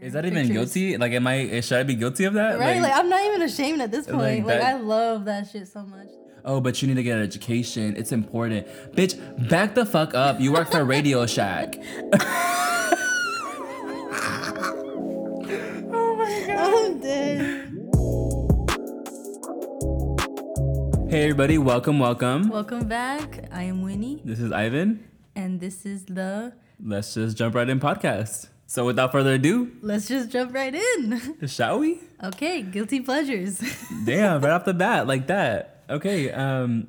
Is that even Mm-hmm. pictures. guilty? Like, am I? eh, Should I be guilty of that? Right? Like, I'm not even ashamed at this point. like Like, that- I love that shit so much. oh, but you need to get an education. It's important, bitch. Back the fuck up. You work for Radio Shack. Oh I'm dead. Hey, everybody. Welcome, welcome. Welcome back. I am Winnie, This is Ivan. and this is the Let's just jump right in podcast. So, without further ado, Let's Just Jump Right In. shall we? Okay, guilty pleasures. Damn, right off the bat, like that. Okay. Um.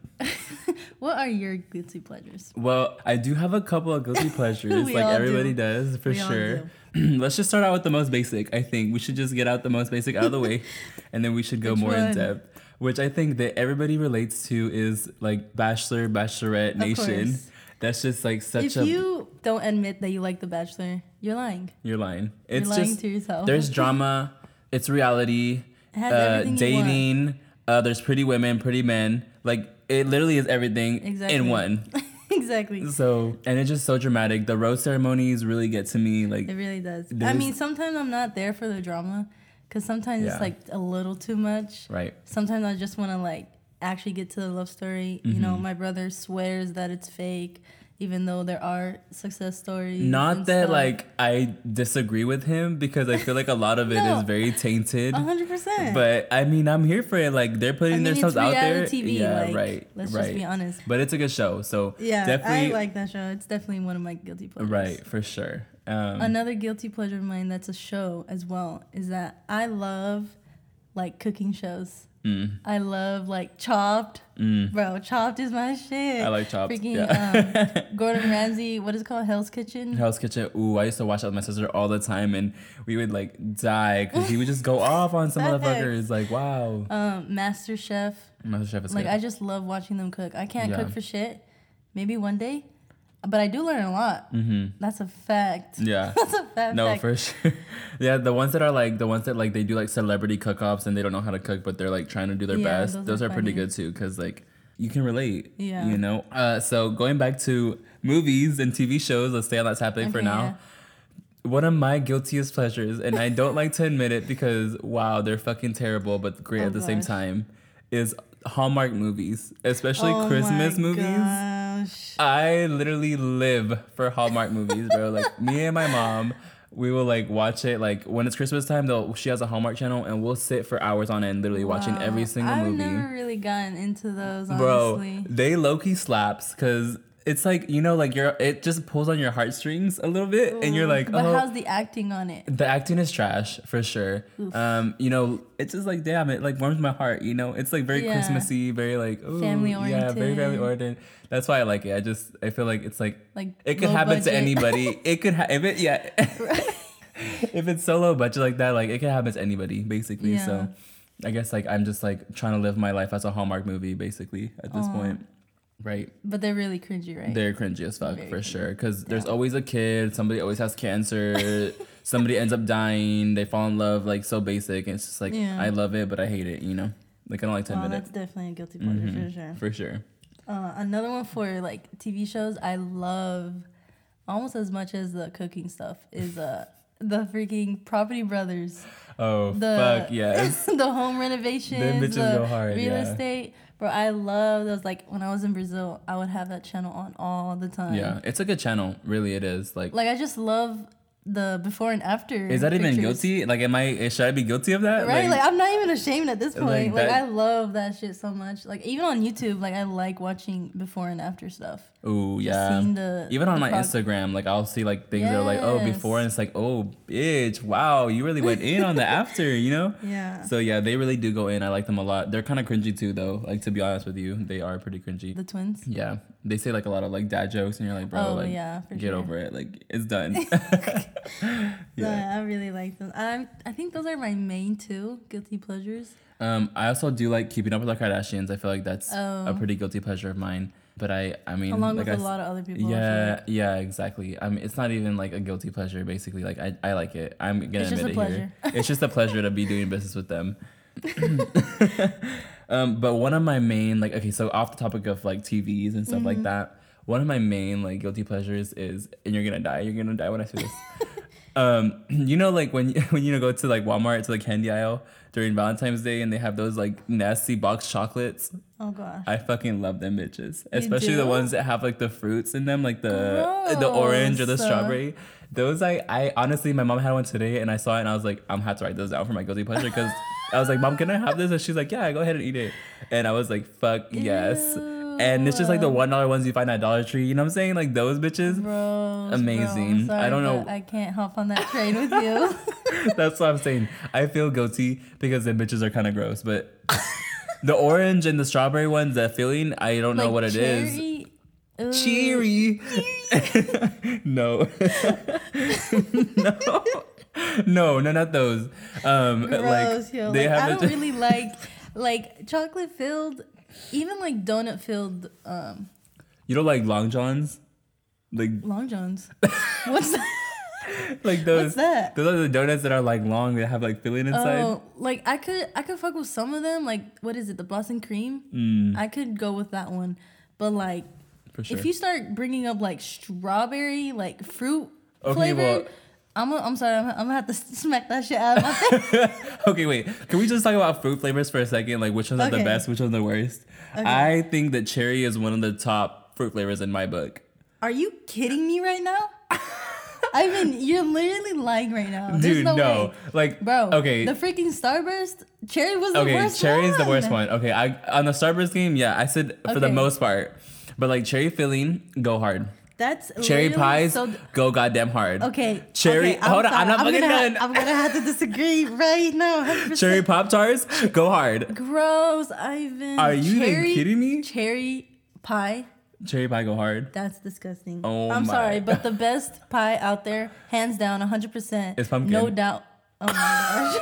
what are your guilty pleasures? Well, I do have a couple of guilty pleasures, We like all do. everybody does for We all sure. Let's just start out with the most basic. I think we should just get out the most basic out of the way, and then we should go Which more in one? depth. Which I think that everybody relates to is like Bachelor, Bachelorette Nation. course. That's just like such If a you don't admit that you like The Bachelor, you're lying. you're lying. It's lying just to yourself. there's drama, it's reality, Oh, It has uh, everything you want. dating. Uh, there's pretty women, pretty men. Like it literally is everything Exactly. in one. exactly. So and it's just so dramatic. The rose ceremonies really get to me. Like It really does. I There's- mean, sometimes I'm not there for the drama because sometimes Yeah. it's like a little too much. right, Sometimes I just want to like actually get to the love story. You Mm-hmm. know, my brother swears that it's fake, even though there are success stories. not and that stuff. like I disagree with him because I feel like a lot of it is No. very tainted. A hundred percent. But I mean, I'm here for it. Like they're putting I mean, themselves it's out there. reality TV, yeah, like, right. let's right. just be honest. But it's a good show, so yeah, definitely I like that show. It's definitely one of my guilty pleasures. right for sure. Um, Another guilty pleasure of mine that's a show as well is that I love like cooking shows. Mm. I love like Chopped. Bro, Chopped is my shit. I like Chopped, Freaking yeah. um, Gordon Ramsay, what is it called? Hell's Kitchen. Hell's Kitchen. Ooh, I used to watch that with my sister all the time, and we would like die because he would just go off on some Facts. motherfuckers. Like, wow, Um, Master Chef. Master Chef is Like good. I just love watching them cook. I can't Yeah. cook for shit. Maybe one day. But I do learn a lot. Mm-hmm. That's a fact. yeah, That's a fact. No, fact. for sure. yeah, the ones that are like the ones that like they do like celebrity cook-offs and they don't know how to cook, but they're like trying to do their Yeah, best. Those, those are, are pretty funny. good too, because like you can relate. Yeah. You know. Uh, so going back to movies and TV shows, let's stay on that topic for Okay, now. One of my guiltiest pleasures, and I don't like to admit it because wow, they're fucking terrible, but great Oh, at the same gosh. time, is Hallmark movies, especially Oh Christmas my movies. Gosh. I literally live for Hallmark movies, bro. Like me and my mom, we will like watch it. Like when it's Christmas time, though, she has a Hallmark channel, and we'll sit for hours on end, literally watching every Wow. single Uh, I've movie. never really gotten into those, bro, honestly. they low key slaps because it's like you know, like you're it just pulls on your heartstrings a little bit, and you're like, but oh. how's the acting on it? the acting is trash for sure. Um, you know, it's just like damn, it like warms my heart. You know, it's like very Yeah. Christmassy, very like ooh, yeah, very Family-oriented. family oriented. That's why I like it. I just I feel like it's like Like it could low happen to budget. anybody. It could ha- if it yeah. if it's so low budget like that, like it could happen to anybody basically. So I guess like I'm just like trying to live my life as a Hallmark movie basically at this point. Right. But they're really cringy, right? They're cringy as fuck Very for sure. Because there's always a kid. Somebody always has cancer. somebody ends up dying. They fall in love like so basic. And it's just like Yeah. I love it, but I hate it. You know, like I don't like to Well, admit that's definitely a guilty pleasure for sure. it Mm-hmm. for sure. Uh, another one for like TV shows I love almost as much as the cooking stuff is uh the freaking Property Brothers, Oh The- fuck yes. the home renovations, bitches the go hard, real yeah. estate. Bro, I love those. Like when I was in Brazil, I would have that channel on all the time. yeah, it's a good channel. Really, it is. Like, Like I just love the before and after. is that even pictures. guilty? Like, am I? eh, Should I be guilty of that? Right? Like, I'm not even ashamed at this point. like Like, that- I love that shit so much. Like even on YouTube, like I like watching before and after stuff. Ooh, Just yeah. seeing the- Even on the my prog- Instagram, like I'll see like things that are like, oh, before, and it's like, oh, bitch, wow, you really went in on the after, you know? Yeah. So yeah, they really do go in. I like them a lot. They're kind of cringy too, though. Like to be honest with you, they are pretty cringy. The twins. Yeah, they say like a lot of like dad jokes, and you're like, bro, Oh, like yeah, for get sure. over it. Like it's done. yeah. Yeah, I really like them. I I think those are my main two guilty pleasures. Um, I also do like keeping up with the Kardashians. I feel like that's a Oh. pretty guilty pleasure of mine. But I, I mean, Along like with I a s- lot of other people. I feel Yeah, like. yeah, exactly. I mean, it's not even like a guilty pleasure. Basically, like I, I like it. I'm gonna It's just admit it a here. It's just a pleasure to be doing business with them. um, but one of my main like okay, so off the topic of like TVs and stuff like Mm-hmm. that, one of my main like guilty pleasures is, and you're gonna die. You're gonna die when I say this. Um, you know, like when when you know, go to like Walmart to like candy aisle during Valentine's Day, and they have those like nasty box chocolates. Oh gosh. I fucking love them bitches, especially the do? ones that have like the fruits in them, like the the orange or the Gross. strawberry. Those I I honestly, my mom had one today, and I saw it, and I was like, I'm gonna have to write those down for my guilty pleasure because I was like, Mom, can I have this? And she's like, Yeah, go ahead and eat it. And I was like, Fuck yes. And it's just like the one dollar ones you find at Dollar Tree. You know what I'm saying? Like those bitches. Bro, Amazing. I don't know- I can't hop on that train with you. That's what I'm saying. I feel guilty because the bitches are kind of gross, but the orange and the strawberry ones, that feeling, I don't know what it is. is. cheery. no. no. No, no, not those. Um, Gross, like yo. they Like, I have don't a really like like chocolate filled, even like donut filled um, you don't like long johns, like Long Johns. What's that? like those. What's that? Those are the donuts that are like long that have like filling inside. Oh, like I could I could fuck with some of them. Like what is it, the Blossom Cream? I could go with that one, but like for Mm. sure. if you start bringing up like strawberry, like fruit Okay, flavor, well- I'm a, I'm sorry, I'm, I'm gonna have to smack that shit out of my face. okay, wait. Can we just talk about fruit flavors for a second? Like which ones are the Okay. best, which ones are the worst? Okay. I think that cherry is one of the top fruit flavors in my book. Are you kidding me right now? I mean, you're literally lying right now. There's Dude, no, no. way. Like Bro, Okay. the freaking Starburst cherry was the Okay, worst cherry is the worst one. one. Okay, I on the Starburst game, yeah, I said for the Okay. most part, but like cherry filling, go hard. That's Cherry literally pies, so- go goddamn hard. Okay. Cherry- okay, hold on, I'm not fucking gonna ha- done. I'm gonna have to disagree right now. 100%. Cherry pop tarts, go hard. Gross, Ivan. Are you even kidding me? Cherry pie. Cherry pie, go hard. That's disgusting. Oh I'm my. sorry, but the best pie out there, hands down, 100%. It's pumpkin. No doubt. Oh my gosh.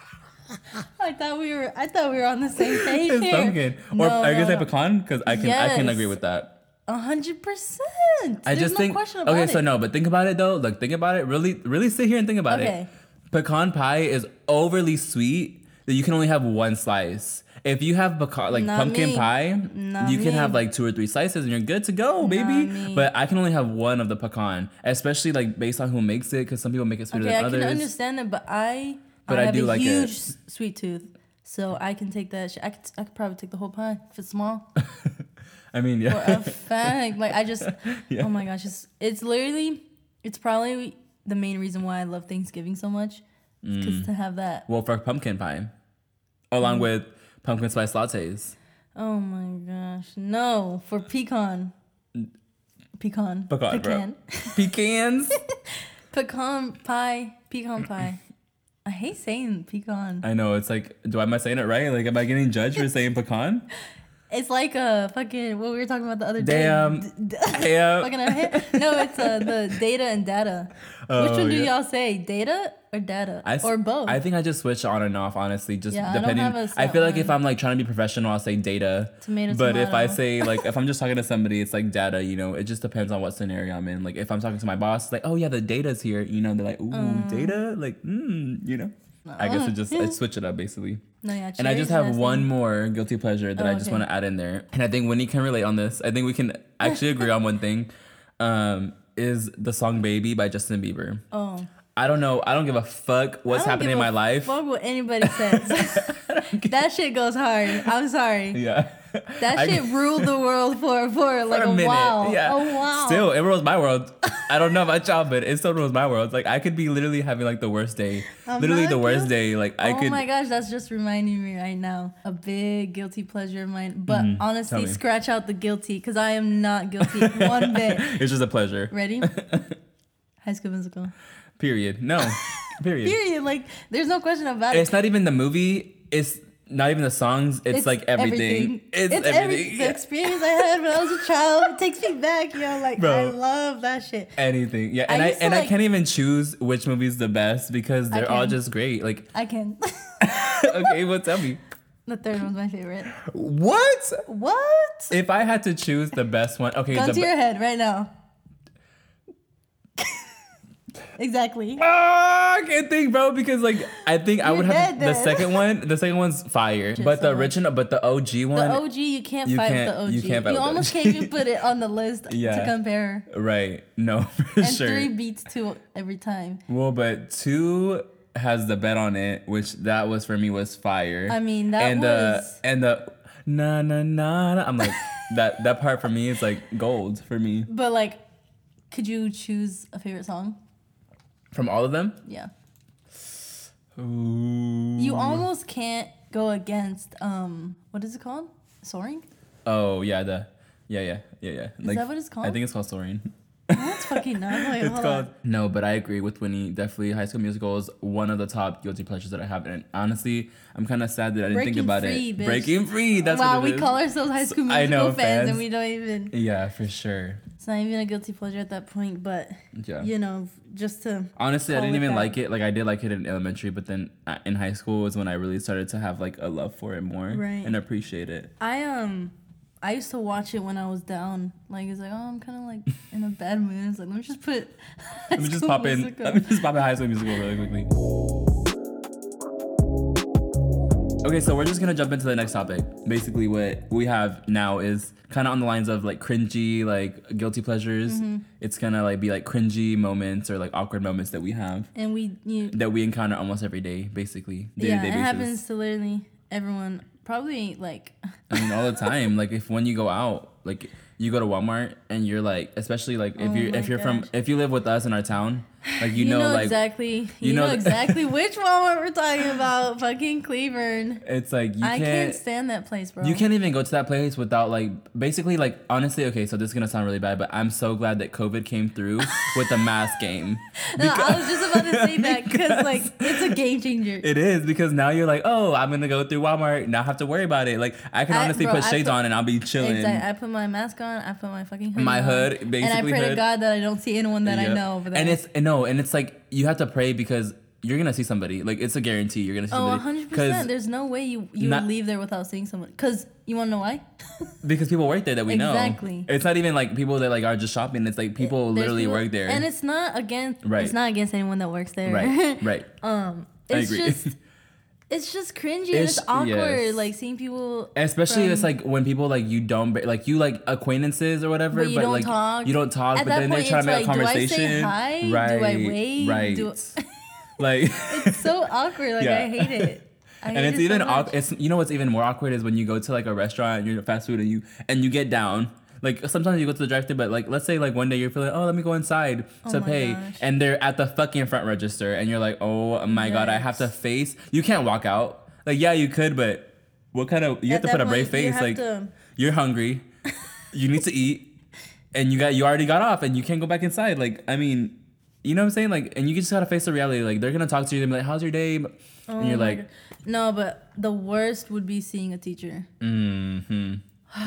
I thought we were. I thought we were on the same page It's here. pumpkin, or No, I guess no, I pecan because I can I can Yes. agree with that. A hundred percent. I There's just no think Question about okay, it. so no, but think about it though. Look, think about it. Really, really sit here and think about Okay. it. Pecan pie is overly sweet that you can only have one slice. If you have pecan like Not pumpkin me. pie, Not you can me. have like two or three slices and you're good to go, baby. me. But I can only have one of the pecan, especially like based on who makes it, because some people make it sweeter Okay, I than can others. understand it, but I But I have do a like it. huge s- sweet tooth, so I can take that. Shit. I could I could probably take the whole pie if it's small. I mean, For yeah, a fact, like I just, Yeah. oh my gosh, it's it's literally, it's probably the main reason why I love Thanksgiving so much, because Mm. to have that. well for pumpkin pie, Mm. along with pumpkin spice lattes, Oh my gosh, no for pecan. Pecan. Mm. Pecan, bro. pecan. pecans. Pecan pie. Pecan pie. I hate saying pecan. I know it's like, do I am I saying it right? Like, am I getting judged for saying pecan? It's like a fucking what we were talking about the other Damn. day. Damn. Yeah. Fucking ahead. No, it's uh, the data and data. Which Oh, one do yeah. y'all say, data or data, I s- or both? I think I just switch on and off, honestly, just Yeah, I don't depending. have I, a feel set like if I'm like trying to be professional, I'll say data. Tomato, but if I tomato. say like if I'm just talking to somebody, it's like data. You know, it just depends on what scenario I'm in. Like if I'm talking to my boss, like oh yeah, the data's here. You know, they're like ooh Uh. data, like mm, you know. I guess it just I switch it up basically. no, yeah, And I just cherries have nasty. one more guilty pleasure that Oh, I just okay. want to add in there. And I think Winnie can relate on this. I think we can actually agree on one thing. Um, is the song Baby by Justin Bieber. Oh, I don't know. I don't give a fuck what's I don't happening give in my a life. Fuck what anybody says. that shit goes hard. I'm sorry. Yeah. That I- shit ruled the world for for like For a, while. A while. Still, it rules my world. I don't know about y'all, but it still rules my world. Like I could be literally having like the worst day. I'm literally not the worst guilty. day. Like I oh could my gosh, that's just reminding me right now. A big guilty pleasure of mine. But Mm-hmm. Tell me. honestly, scratch out the guilty because I am not guilty one bit. it's just a pleasure. Ready? High School Musical. Period. No. Period. Period. Like, there's no question about it. It's not even the movie. It's not even the songs. It's, like everything. It's, every- everything. the Yeah. experience I had when I was a child it takes me back, yo. Like, I Bro. love that shit. Anything. Yeah. I And I, used to, and I like- can't even choose which movie's the best because they're all can. just great. Like I can. okay, well tell me. the third one's my favorite. What? What? If I had to choose the best one, okay, Gun the to be- your head right now. Exactly. Ah, I can't think, bro, because like I think I You're would have dead the then. second one. The second one's fire, Just but the so much. original, but the OG one, The OG, you can't You fight can't- with the OG. you You, can't fight with the almost OG. can't even put it on the list Yeah. to compare. right? No, for And sure. three beats two every time. Well, but two has the bet on it, which that was for me was fire. I mean, that and was- the and the na na na. na I'm like that that part for me is like gold for me But like, could you choose a favorite song? from all of them. Yeah. Ooh. You almost can't go against um what is it called? Soaring? Oh yeah, the yeah yeah yeah yeah. Is that what it's called? I think it's called Soaring. That's fucking nuts. Wait, hold on. No, but I agree with Winnie. Definitely, High School Musical is one of the top guilty pleasures that I have. And honestly, I'm kind of sad that I didn't Breaking think about free, it. bitch. Breaking free. That's wow, what it we is. call ourselves high school I musical know, fans, fans. and we don't even Yeah, for sure. it's not even a guilty pleasure at that point, but Yeah. you know, just to Honestly, I Call didn't it even that. like it. Like I did like it in elementary, but then uh, in high school was when I really started to have like a love for it more Right. and appreciate it. I um I used to watch it when I was down. Like it's like, oh I'm kinda like in a bad mood. It's like let me just put Let me just pop in. Let me just pop in High School Musical really quickly. Okay, so we're just gonna jump into the next topic. Basically, what we have now is kind of on the lines of like cringy, like guilty pleasures. Mm-hmm. It's gonna like be like cringy moments or like awkward moments that we have and we you that we encounter almost every day, basically day Yeah, to it day basis. happens to literally everyone probably like I mean, all the time. Like if when you go out, like you go to Walmart and you're like, especially like if Oh you are my if you're from gosh. if you live with us in our town, like you, you, know, know, like exactly you, know, know- exactly which Walmart we're talking about. Fucking Cleveland. it's like you I can't. can't stand that place, bro. you can't even go to that place without like basically like honestly okay so this is gonna sound really bad but I'm so glad that COVID came through with the mask game No, I was just about to say that because like it's a game changer. it is because now you're like oh I'm gonna go through Walmart not have to worry about it like I can I- honestly bro, put I shades put- on and I'll be chilling Exactly. I put my mask on. I put my fucking hood My on, hood, and I basically pray to hood. God that I don't see anyone that I Yep. know over there. And it's and no, and it's like you have to pray because you're gonna see somebody. Like it's a guarantee you're gonna see oh, somebody. 100 'Cause- percent. There's no way you you Not- would leave there without seeing someone. Cause you want to know why? because people work there that we know. Exactly. It's not even like people that like are just shopping. It's like people There's literally people- work there. and it's not against. Right. It's not against anyone that works there. right, right. um, I it's agree. just it's just cringy and It's- it's awkward. yes. Like seeing people. Especially it's from- like when people like you don't ba- like you like acquaintances or whatever, But you but don't like talk. you don't talk, At but that then point, they're trying to make it's a like, do I conversation. say hi? Do I Right, wait? Right. Do- like It's so awkward. Like Yeah. I hate it. I hate and it's it so even much. awkward. It's you know what's even more awkward is when you go to like a restaurant and you're at fast food and you and you get down. Like sometimes you go to the drive-thru, but like let's say like one day you're feeling oh let me go inside to my pay, gosh. and they're at the fucking front register, and you're like oh my god I have to face. You can't walk out. Like yeah you could, but what kind of you have At to that put a brave point, you face. have Like to- you're hungry, you need to eat, and you got you already got off and you can't go back inside. Like I mean, you know what I'm saying? Like and you just gotta face the reality. Like they're gonna talk to you. They're gonna be like how's your day, and you're Oh my like. God. no, but the worst would be seeing a teacher. hmm Student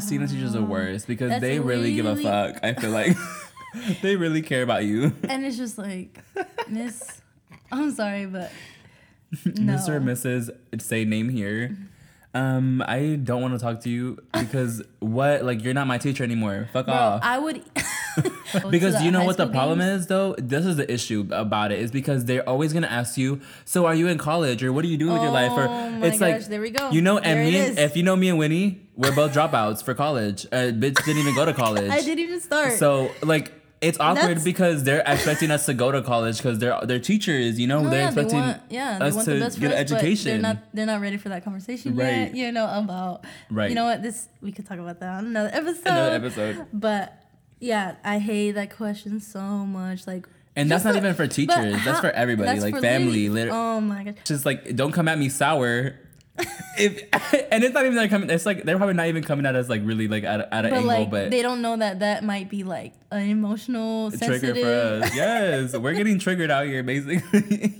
"Mm-hmm." teachers are worse because That's they really, give a really- fuck. I feel like they really care about you. And it's just like, Miss, I'm sorry, but no. Mr. and Mrs. Say name here. Um, I don't want to talk to you because what? Like, you're not my teacher anymore. Fuck Bro, off. I would. Uh. because you know what the problem is though this is the issue about it is because they're always going to ask you so are you in college or what are you doing with your life or Oh my gosh, there we go. you know and There it me and, is. if you know me and winnie we're both dropouts for college uh, bitch didn't even go to college I didn't even start. So like it's awkward That's- because they're expecting us to go to college because they're their teachers, you know, Oh, they're yeah, they expecting want, yeah, they us want to the best get for an us, but They're education. not, they're not ready for that conversation Right. yet. You know about. Right. You know what? This we could talk about that on another episode. Another episode. But yeah, I hate that question so much. Like, And that's just not even for but teachers, that's for everybody, that's like for family, literally- lit- Oh my god. Just like don't come at me sour. if and it's not even like coming. It's like they're probably not even coming at us like really like at, a- at an But angle, like, but they don't know that that might be like an emotional trigger sensitive. for us. Yes, we're getting triggered out here basically.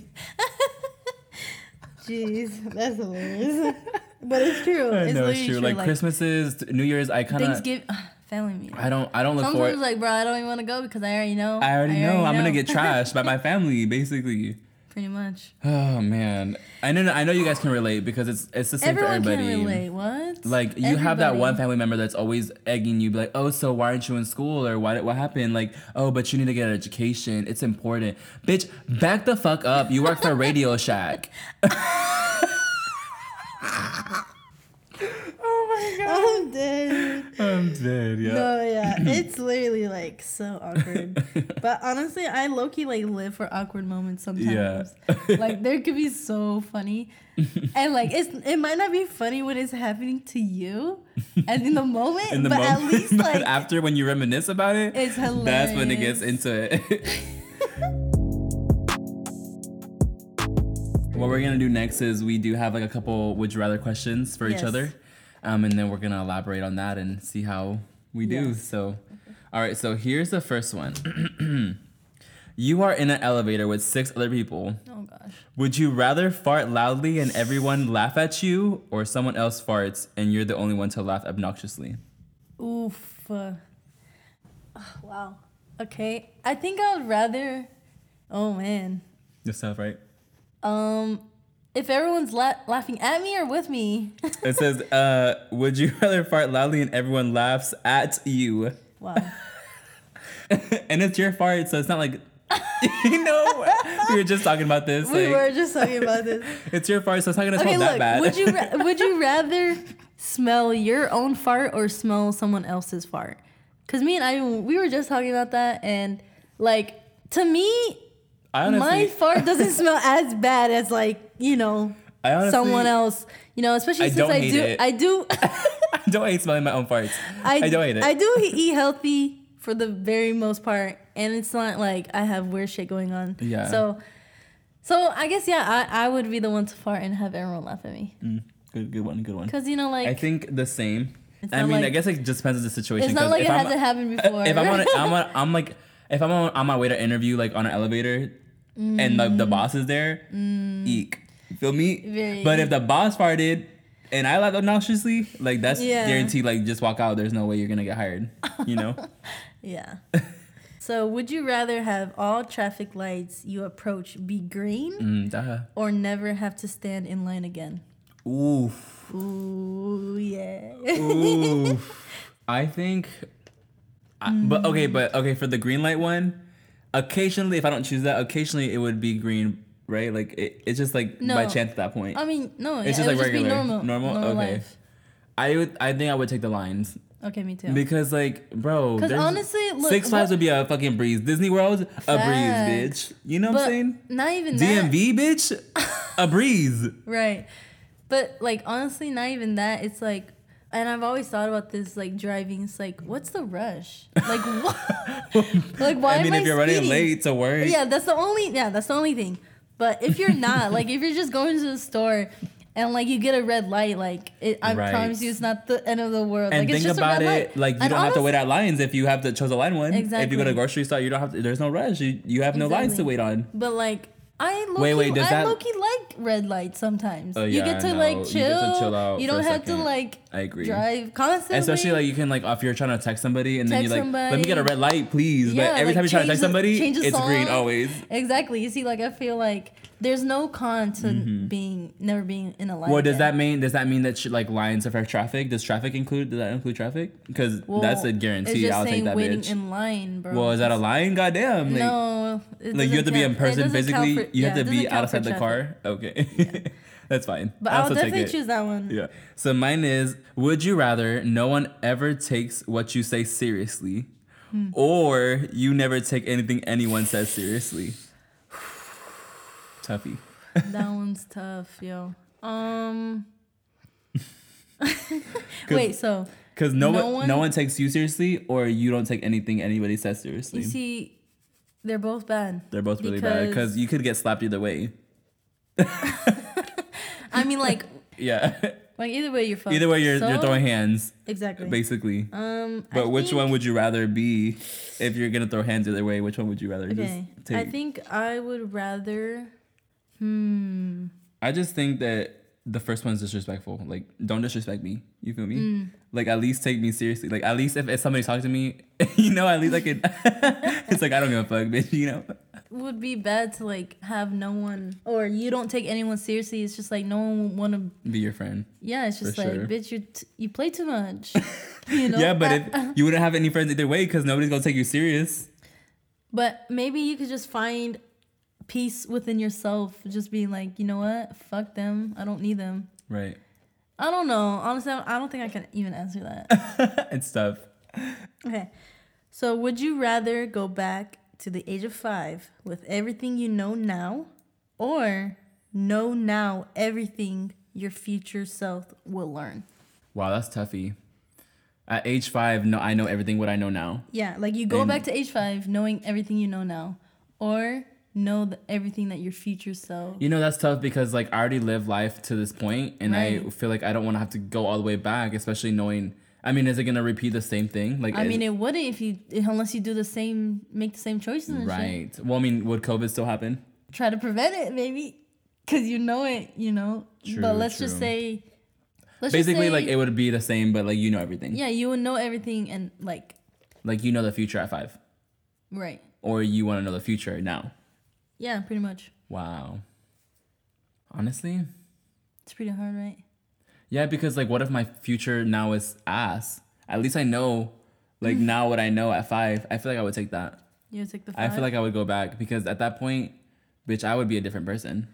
Jeez, that's hilarious. but it's true. It's no, it's literally true. Like, Christmases, New Year's, I kind of Thanksgiving, ugh, family meeting. I don't I don't look forward. Sometimes like, bro, I don't even want to go because I already know. I already know I'm gonna get trashed by my family basically. Pretty much. Oh man, I know. I know you guys can relate because it's it's the same Everyone for can everybody. relate. What? Like you have that Everybody. one family member that's always egging you, be like, "Oh, so why aren't you in school? Or why? What happened? Like, oh, but you need to get an education. It's important, bitch. Back the fuck up. You work for Radio Shack. oh my I'm dead. god, I'm dead. Yeah. No, yeah, it's literally like so awkward. but honestly, I low key like live for awkward moments sometimes. like there could be so funny, and like it's it might not be funny when it's happening to you, and in the moment, In the but moment, at least but like after when you reminisce about it, it's hilarious. that's when it gets into it. what we're gonna do next is we do have like a couple would you rather questions for each Yes. other, um, and then we're gonna elaborate on that and see how we do. Yes. So, all right. So here's the first one. You are in an elevator with six other people. Oh gosh. Would you rather fart loudly and everyone laugh at you, or someone else farts and you're the only one to laugh obnoxiously? Oof. Uh, oh, wow. Okay, I think I'd rather. Oh man. Yourself, right? Um, if everyone's la- laughing at me or with me. It says, uh, "Would you rather fart loudly and everyone laughs at you?" wow. and it's your fart, so it's not like you know we were just talking about this. We like, were just talking about this. It's your fart, so it's not gonna Okay, smell that look. bad. Would you ra- would you rather smell your own fart or smell someone else's fart? Cause me and I we were just talking about that, and like to me, I honestly, my fart doesn't smell as bad as like you know I honestly, someone else. You know, especially I since don't I hate do it. I do I don't hate smelling my own farts. I, I, don't hate it. I do e-, eat healthy for the very most part, and it's not like I have weird shit going on. Yeah. So, so I guess yeah, I, I would be the one to fart and have everyone laugh at me good, good one, good one. because you know like I think the same. It's I not mean, I like- guess it just depends on the situation. it's not 'cause like if it I'm- hasn't happened before. if I'm on, I'm on, I'm like, if I'm on, on my way to interview, like on an elevator, and like the boss is there, Mm. eek, feel me. Very But if the boss farted and I laughed obnoxiously, like that's Yeah. guaranteed. Like just walk out. There's no way you're gonna get hired. You know. yeah. so would you rather have all traffic lights you approach be green mm, duh. or never have to stand in line again? Oof. Ooh yeah. Oof. I think. I, Mm. but okay, but okay for the green light one. Occasionally, if I don't choose that, occasionally it would be green, right? Like it, it's just like by No. chance at that point. I mean no, It's yeah, just it like would just be regular. normal. Normal? Okay. life. I would, I think I would take the lines Okay, me too. Because like, bro, Because there's- honestly, look, Six Flags what- would be a fucking breeze. Disney World, a Facts. breeze, bitch. You know what I'm saying? not even that. DMV, bitch, a breeze. Right. But like honestly, not even that. It's like and I've always thought about this like driving. It's like, what's the rush? Like what like why I mean, am if you're running speeding? late to work, Yeah, that's the only yeah, that's the only thing. But if you're not, like if you're just going to the store and like you get a red light, like it, I Right. promise you it's not the end of the world. and like it's think just about a red it, light. like you And don't have to honestly- wait at lines if you have to chose a line one. If you go to Exactly. a grocery store, you don't have to. There's no rush. You, you have no lines to Exactly. wait on. But like I low Wait, key, wait, does I that- low key like red lights sometimes. Oh, you yeah, get to no, like you get to chill. You, chill out for don't a have to second. like I agree. drive constantly. Especially like you can like if you're trying to text somebody and then Text you're like, let me somebody. get a red light, please. Yeah, but every like, time you try to change text the- somebody, change the it's green song. always. exactly. You see, like I feel like there's no con to being never being in a line. Mm-hmm. Well, does again. that mean does that mean that sh- like lines affect traffic? Does traffic include? Does that include traffic? Because Well, that's a It's guarantee. just I'll take saying that waiting bitch. in line, bro. well, is that a line? Goddamn! Like, no? it like you have to doesn't be in count. It person doesn't count physically. for- you yeah, have it to doesn't be count for outside the traffic. car. Okay, that's fine. But I'll I'll still take definitely it. choose that one. yeah. So mine is: Would you rather no one ever takes what you say seriously, Hmm. or you never take anything anyone says seriously? Tuffy. That one's tough, yo. Um. 'Cause- Wait, so Because no, No one, one- no one takes you seriously, or you don't take anything anybody says seriously. you see, they're both bad. They're both really bad Because- because you could get slapped either way. I mean, like, Yeah, like either way, you're fucked. either way, you're you're So- throwing hands exactly. basically. Um, I But which think- one would you rather be if you're gonna throw hands either way? Which one would you rather Okay, just take? I think I would rather. hmm, I just think that the first one's disrespectful. Like, don't disrespect me. You feel me? Mm. Like, at least take me seriously. Like, at least if, if somebody's talking to me, you know, at least I could. it's like I don't give a fuck, bitch. You know. would be bad to like have no one or you don't take anyone seriously. It's just like no one would want to. Be your friend. Yeah, it's just For like sure. bitch, you t- you play too much. you know. yeah, but Uh, if you wouldn't have any friends either way because nobody's gonna take you serious. but maybe you could just find peace within yourself, just being like, you know what, fuck them. I don't need them. Right. I don't know. Honestly, I don't think I can even answer that. and stuff. okay. So, would you rather go back to the age of five with everything you know now or know now everything your future self will learn? Wow, that's toughy. At age five, no, I know everything what I know now. Yeah. Like you go And- back to age five knowing everything you know now or know the, everything that your future self. You know that's tough because like I already lived life to this point, and I Right. feel like I don't want to have to go all the way back, especially knowing. I mean, is it gonna repeat the same thing? Like, I is- mean, it wouldn't if you, unless you do the same, make the same choices and shit. right? Well, I mean, would COVID still happen? try to prevent it maybe because you know it you know True, but let's just true. say let's just Basically, say, like it would be the same, but like you know everything. yeah you would know everything and like Like you know the future at five, right or you want to know the future now. yeah pretty much Wow. Honestly, it's pretty hard right Yeah, because like, what if my future now is ass? At least I know, like now what I know at five. I feel like I would take that. you take the I five? feel like I would go back because at that point, bitch, I would be a different person.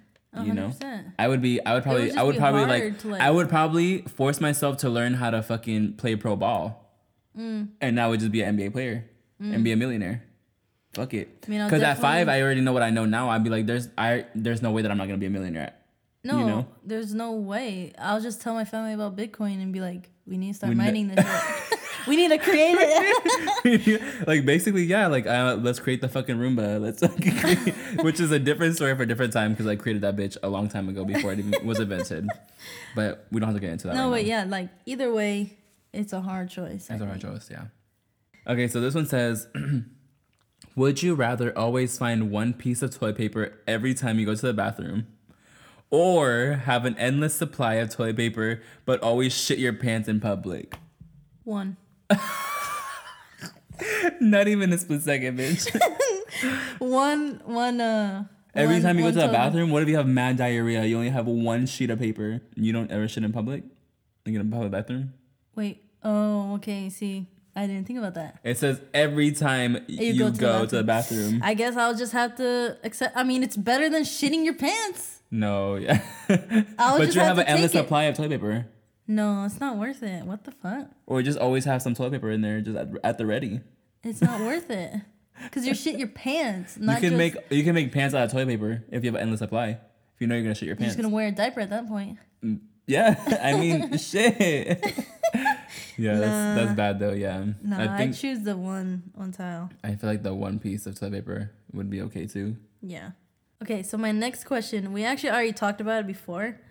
You know, 100%. I would be. I would probably. just I would be probably hard like, to, like- I would probably force myself to learn how to fucking play pro ball, Mm. and I would just be an NBA player and be a millionaire. Fuck it. I mean, I'll Because at five, definitely- I already know what I know now. I'd be like, there's, I, there's no way that I'm not gonna be a millionaire. no know? there's no way i'll just tell my family about bitcoin and be like we need to start We ne- mining this shit. we need to create it like basically, yeah. Like uh, let's create the fucking Roomba. Let's, which is a different story for a different time because I created that bitch a long time ago before it even was invented. But we don't have to get into that. no right but now. yeah like either way it's a hard choice I That's our think. choice. Yeah. Okay, so this one says, "Would you rather always find one piece of toilet paper every time you go to the bathroom?" Or have an endless supply of toilet paper, but always shit your pants in public. one Not even a split second, bitch. one one uh Every one- time you go one to the total. bathroom, what if you have mad diarrhea? You only have one sheet of paper. and You don't ever shit in public. Like in a public bathroom. wait oh okay see i didn't think about that It says every time you, go, to, the bathroom. I guess I'll just have to accept. I mean, it's better than shitting your pants. No, yeah. I'll but just you have, have to an endless take it. supply of toilet paper, No, it's not worth it. What the fuck? or just always have some toilet paper in there, just at, at the ready. It's not worth it. Cause you shit your pants. Not You can just, make You're you can make pants out of toilet paper if you have an endless supply. If you know you're gonna shit your pants. just gonna wear a diaper at that point. Yeah, I mean shit. yeah, that's that's bad though. Yeah, No, I I, think choose the one on tile. I feel like the one piece of toilet paper would be okay too. Yeah. Okay, so my next question, we actually already talked about it before,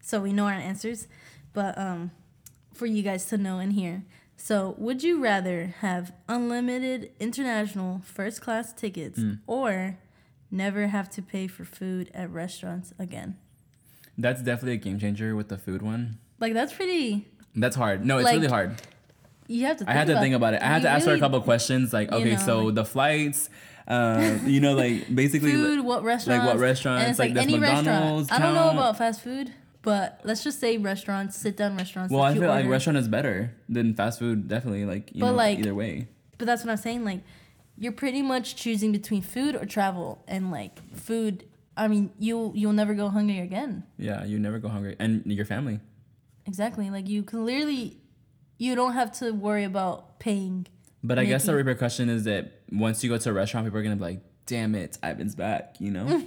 so we know our answers, but um, for you guys to know and hear. So, would you rather have unlimited international first class tickets Mm. or never have to pay for food at restaurants again? That's definitely a game changer with the food one. Like, that's pretty. That's hard. No, it's Like, really hard. You have to. Think I had to about think about it. I had to You ask her a really- couple questions, like, okay, know, so like- the flights, uh, you know, like basically, Food, what restaurants? restaurants, And it's like, like, does any McDonald's restaurant. I don't know count? about fast food, but let's just say restaurants, sit down restaurants. well, that I you feel like order. restaurant is better than fast food, definitely. Like, you But, know, like- either way, But that's what I'm saying. Like, you're pretty much choosing between food or travel, and like food. I mean, you you'll never go hungry again. yeah, you never go hungry, and your family. Exactly. Like you can literally, you don't have to worry about paying. But I guess the repercussion is that once you go to a restaurant, people are gonna be like, "Damn it, Ivan's back," you know,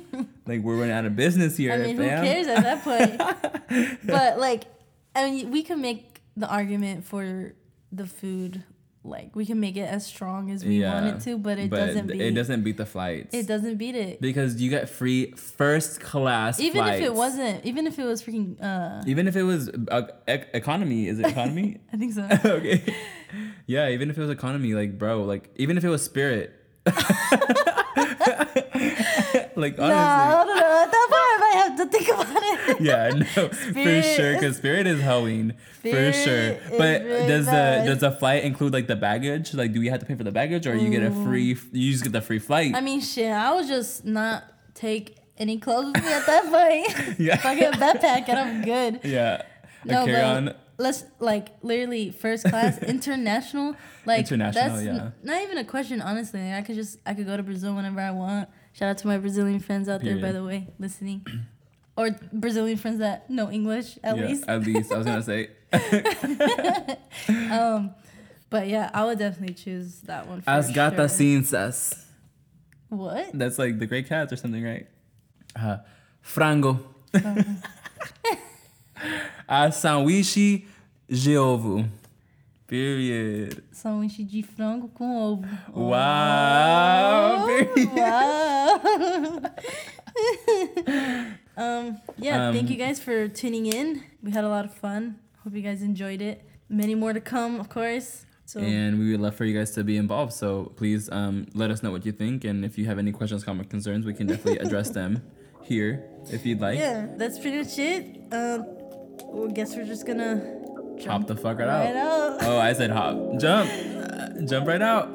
like we're running out of business here, I mean, who fam. cares at that point? but like, I mean, we can make the argument for the food. Like we can make it as strong as we want it to, but it doesn't th- beat It doesn't beat the flights. it doesn't beat it. because you get free first class Even if it flights. wasn't, even if it was freaking, uh, Even if it was uh, ec- economy, is it economy? I think so. okay. Yeah, even if it was economy, like bro, like even if it was spirit. like honestly. No, I don't know. At that part, I might have to think about it. yeah, no, for Spirit sure. Because is- spirit is hoeing for Spirit sure. is But really does bad. the does the flight include like the baggage? Like, do we have to pay for the baggage, or you get a Mm. free? You just get the free flight. I mean, shit, I would just not take any clothes with me at that point. Yeah. Fucking backpack and I'm good. yeah, a but carry on. Let's like literally first class international. Like International, that's yeah. n- not even a question, honestly. Like, I could just I could go to Brazil whenever I want. Shout out to my Brazilian friends out there, by Period. the way, listening, or Brazilian friends that know English at yeah, least. at least I was gonna say. um, but yeah, I would definitely choose that one. For As sure. gatas cinzas. What? That's like the Great Cats or something, right? Uh, frango. A sanduíche de ovo. Period. Sanduíche de frango com ovo. Oh. Wow. Period. Wow. um, yeah, thank Um, you guys for tuning in. We had a lot of fun. Hope you guys enjoyed it. Many more to come, of course. So And we would love for you guys to be involved. So please um, let us know what you think. And if you have any questions, comments, concerns, we can definitely address them here if you'd like. yeah, that's pretty much it. Um, well, I guess we're just gonna Hop the fuck right, right out. out. Oh, I said hop. Jump. Uh, jump right out.